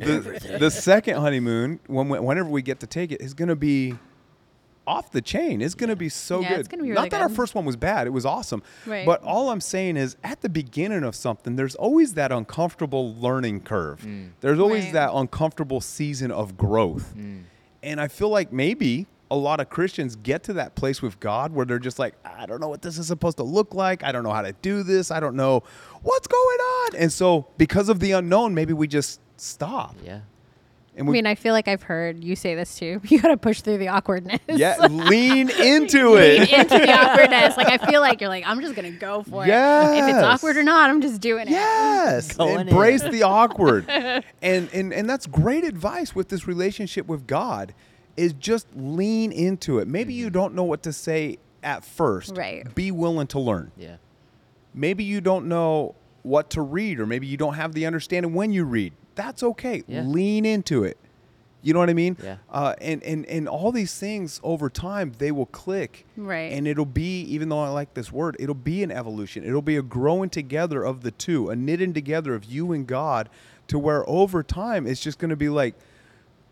the, the second honeymoon, when, we- whenever we get to take it, is going to be off the chain. It's going to be so
Yeah,
good.
it's gonna be
Not
really
that our
good.
first one was bad; it was awesome.
Right.
But all I'm saying is, at the beginning of something, there's always that uncomfortable learning curve. There's always
Right.
that uncomfortable season of growth. And I feel like maybe a lot of Christians get to that place with God where they're just like, I don't know what this is supposed to look like. I don't know how to do this. I don't know what's going on. And so, because of the unknown, maybe we just stop.
Yeah.
And
I
we
mean, I feel like I've heard you say this too. You got to push through the awkwardness.
yeah, lean into
Lean
it.
into the awkwardness. Like I feel like you're like, I'm just gonna go for it. If
Yes.
it's awkward or not, I'm just doing it.
Yes,
Going in.
embrace the awkward, and and and that's great advice with this relationship with God, is just lean into it. Maybe
Mm-hmm.
you don't know what to say at first.
Right.
Be willing to learn.
Yeah.
Maybe you don't know what to read, or maybe you don't have the understanding when you read. That's okay.
Yeah.
Lean into it. You know what I mean?
Yeah.
Uh, and and and all these things over time they will click.
Right.
And it'll be even though I like this word, it'll be an evolution. It'll be a growing together of the two, a knitting together of you and God, to where over time it's just going to be like,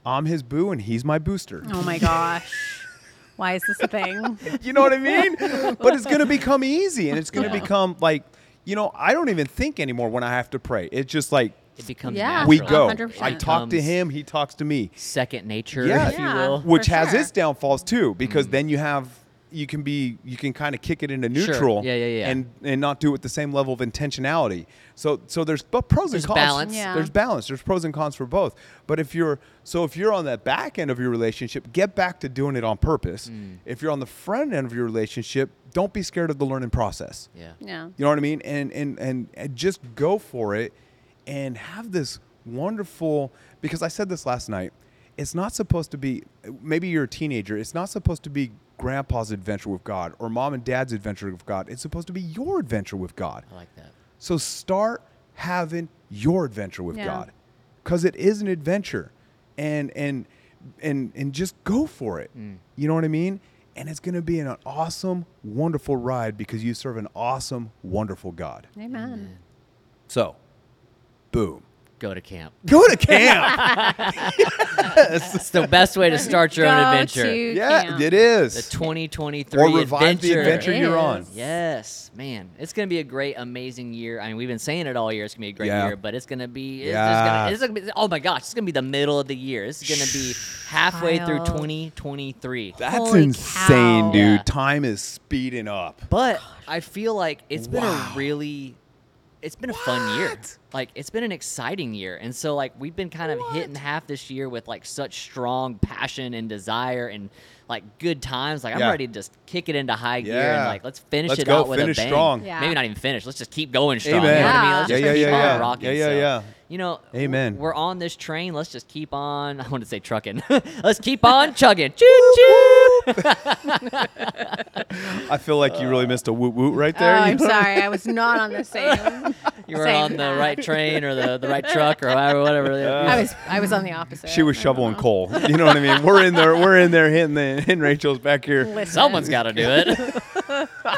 I'm his boo and he's my booster.
Oh my gosh. Why is this a thing?
You know what I mean? but it's going to become easy and it's going to
Yeah.
become like, you know, I don't even think anymore when I have to pray. It's just like,
It becomes
Yeah.
natural.
we
Absolutely.
go.
100%.
I talk to
Becomes
him, he talks to me,
Second nature,
Yeah.
if you
Yeah.
will.
For
which has
sure.
its downfalls too, because then you have you can be you can kind of kick it into
Mm-hmm. Sure.
neutral,
Yeah, yeah, yeah.
and and not do it with the same level of intentionality. So so there's but pros
There's
and cons.
balance.
Yeah.
There's balance. There's pros and cons for both. But if you're so if you're on that back end of your relationship, get back to doing it on purpose.
Mm.
If you're on the front end of your relationship, don't be scared of the learning process.
Yeah.
Yeah.
You know what I mean? And and and, and just go for it and have this wonderful because I said this last night. It's not supposed to be maybe you're a teenager. It's not supposed to be grandpa's adventure with God or mom and dad's adventure with God. It's supposed to be your adventure with God.
I like that.
So start having your adventure with
Yeah.
God, because it is an adventure, and and and and just go for it. You know what I mean? And it's going to be an awesome, wonderful ride because you serve an awesome, wonderful God.
Amen.
So, boom,
Go to camp.
go to camp.
It's the best way to start your own
Go
adventure.
to
yeah,
camp.
it
the
is.
2023
Or revive the adventure
adventure.
you're on.
Yes.
Yes, man, it's gonna be a great, amazing year. I mean, we've been saying it all year. It's gonna be a great
Yeah.
year, but it's gonna be. It's, just gonna,
Yeah.
it's gonna be. Oh my gosh, it's gonna be the middle of the year. It's gonna be halfway through
Wild.
2023.
That's
Holy
insane,
cow.
dude.
Yeah.
Time is speeding up.
But I feel like it's been
Wow.
a really it's been a fun year.
What?
Like it's been an exciting year. And so like we've been kind of hitting half this year with like such strong passion and desire and like good times. Like
Yeah.
I'm ready to just kick it into high gear and
Yeah.
like let's finish
Let's
it
go,
out with
finish
a bang.
strong.
Yeah.
Maybe not even finish. Let's just keep going strong. You
Amen.
know what I mean? Let's
Yeah.
just
Yeah, yeah,
keep on
yeah, yeah.
rocking.
Yeah, yeah,
So,
yeah.
You know,
Amen.
We're on this train. Let's just keep on. I want to say trucking. let's keep on chugging. Choo choo.
I feel like you really missed a woot woot right there.
oh,
You
I'm
know what I
sorry. I was not on the same.
You were
Same.
on the right train or the, the right truck or whatever. whatever.
Uh.
I was I was on the opposite.
She was
I don't
shoveling
know.
coal. You know what I mean? We're in there. We're in there hitting the hitting Rachel's back here.
Listen,
Someone's got to do it.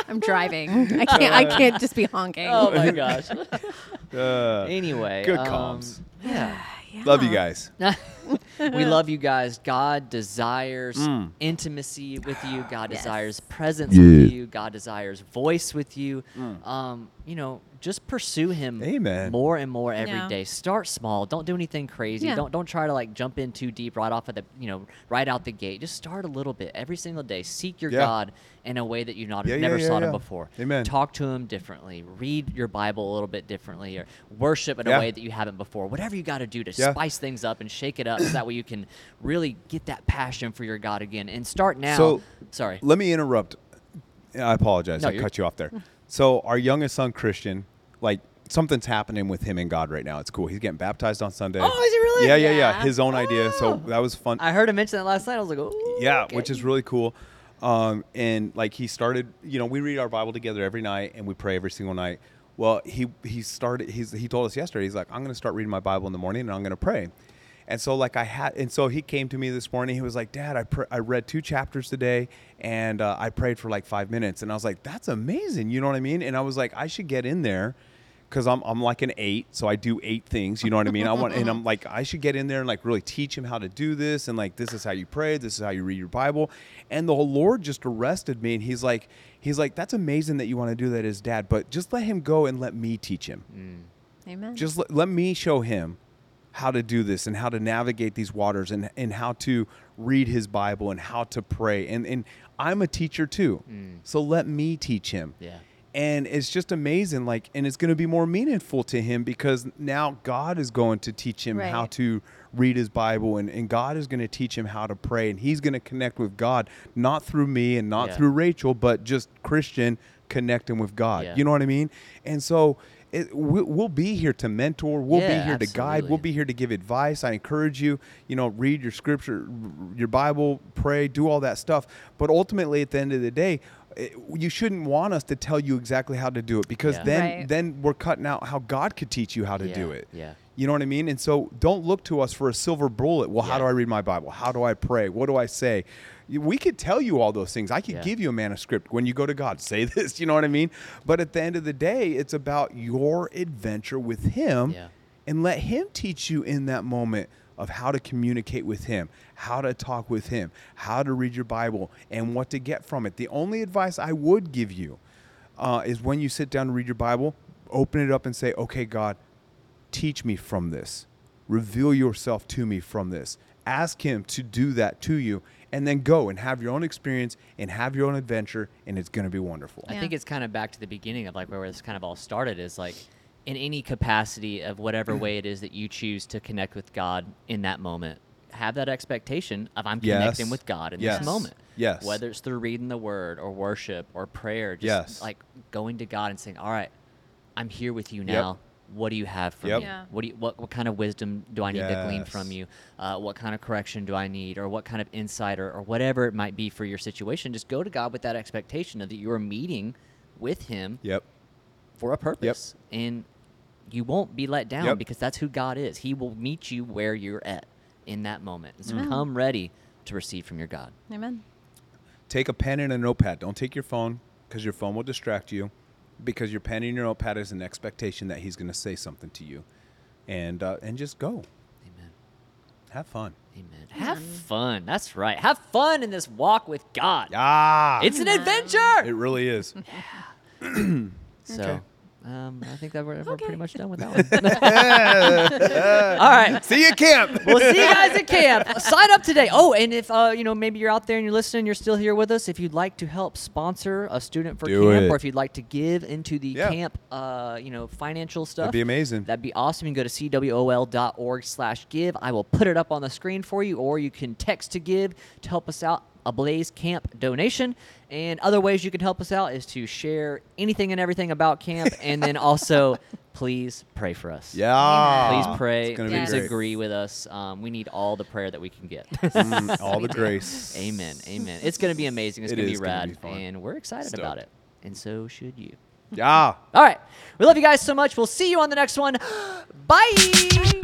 I'm driving. I can't. I can't just be honking.
oh my gosh.
Uh,
Anyway,
Good
um,
comms.
Yeah.
love you guys.
we love you guys. God desires intimacy with you. God
Yes.
desires presence
Yeah.
with you. God desires voice with you. Um, you know, just pursue Him
Amen.
more and more every day.
Yeah.
Start small. Don't do anything crazy.
Yeah.
Don't don't try to like jump in too deep right off of the you know right out the gate. Just start a little bit every single day. Seek your
Yeah.
God in a way that you not
Yeah, yeah,
never
yeah,
saw
yeah.
Him before.
Amen.
Talk to Him differently. Read your Bible a little bit differently, or worship in
Yeah.
a way that you haven't before. Whatever you got to do to
Yeah.
spice things up and shake it up so that way you can really get that passion for your God again and start now.
So-
Sorry.
Let me interrupt. I apologize.
No,
I
you're-
cut you off there. So our youngest son Christian, like something's happening with him and God right now. It's cool. He's getting baptized on Sunday.
Oh, is he really? Oh.
Yeah, yeah, yeah.
Yeah.
His own idea. So that was fun.
I heard him mention that last night. I was like, oh.
yeah which is really cool um, and like he started you know we read our bible together every night and we pray every single night well he he started he's he told us yesterday he's like i'm going to start reading my bible in the morning and i'm going to pray and so like i had and so he came to me this morning he was like dad i, pr- I read two chapters today and uh, i prayed for like five minutes and i was like that's amazing you know what i mean and i was like i should get in there because I'm, I'm like an eight so i do eight things you know what i mean i want and i'm like i should get in there and like really teach him how to do this and like this is how you pray this is how you read your bible and the lord just arrested me and he's like he's like that's amazing that you want to do that as dad but just let him go and let me teach him
Amen.
just let, let me show him how to do this and how to navigate these waters and, and how to read his Bible and how to pray. And, and I'm a teacher too. So let me teach him.
Mm. Yeah.
And it's just amazing. Like, and it's going to be more meaningful to him because now God is going to teach him how
Right.
to read his Bible and, and God is going to teach him how to pray and he's going to connect with God, not through me and not
Yeah.
through Rachel, but just Christian connecting with God.
Yeah.
You know what I mean? And so it, we, we'll be here to mentor. We'll
Yeah,
be here to guide.
absolutely.
We'll be here to give advice. I encourage you, you know, read your scripture, r- your Bible, pray, do all that stuff. But ultimately, at the end of the day, it, you shouldn't want us to tell you exactly how to do it because
Yeah.
then
Right.
then we're cutting out how God could teach you how to do
Yeah,
it.
yeah.
You know what I mean? And so don't look to us for a silver bullet. Well, how
Yeah.
do I read my Bible? How do I pray? What do I say? You- We could tell you all those things. I could
Yeah.
give you a manuscript when you go to God. Say this, you know what I mean? But at the end of the day, it's about your adventure with Him
Yeah.
and let Him teach you in that moment of how to communicate with Him, how to talk with Him, how to read your Bible, and what to get from it. The only advice I would give you uh, is when you sit down to read your Bible, open it up and say, okay, God, Teach me from this. Reveal yourself to me from this. Ask Him to do that to you, and then go and have your own experience and have your own adventure, and it's going to be wonderful.
I
Yeah.
think it's kind of back to the beginning of like where this kind of all started is like in any capacity of whatever way it is that you choose to connect with God in that moment, have that expectation of I'm connecting
Yes.
with God in
Yes.
this moment.
Yes.
Whether it's through reading the word or worship or prayer, just
Yes.
like going to God and saying, All right, I'm here with you now. What do you have for
Yep.
me?
Yeah.
What do you, what what kind of wisdom do I need to glean from
Yes.
you? Uh, what kind of correction do I need, or what kind of insight, or, or whatever it might be for your situation? Just go to God with that expectation of that you're meeting with Him
Yep.
for a purpose, and you won't be let down
Yep.
because that's who God is. He will meet you where you're at in that moment. And so come ready to receive from your God.
Amen.
Take a pen and a notepad. Don't take your phone because your phone will distract you. Because your pen and your notepad is an expectation that He's going to say something to you, and uh, and just go.
Amen.
Have fun.
Amen. Have fun. That's right. Have fun in this walk with God.
Ah,
It's an
Amen.
adventure.
it really is.
So
Okay.
um, I think that we're, we're pretty
Okay.
much done with that one. All right.
See you at camp.
We'll see you guys at camp. Sign up today. Oh, and if uh, you know maybe you're out there and you're listening, you're still here with us. If you'd like to help sponsor a student for
Do
camp,
it.
or if you'd like to give into the
Yeah.
camp, uh, you know financial stuff,
That'd be amazing.
That'd be awesome. You can go to cwol.org/give. I will put it up on the screen for you, or you can text to give to help us out. A Blaze Camp donation, and other ways you can help us out is to share anything and everything about camp, and then also please pray for us.
Yeah.
Please pray.
It's gonna
Please
be great.
agree with us. Um, we need all the prayer that we can get.
Mm, all the grace.
amen. Amen. It's going to be amazing. It's
It
going to be
is gonna
rad.
be fun.
and we're excited
Stoked.
about it. And so should you.
Yeah.
All right. We love you guys so much. We'll see you on the next one. Bye.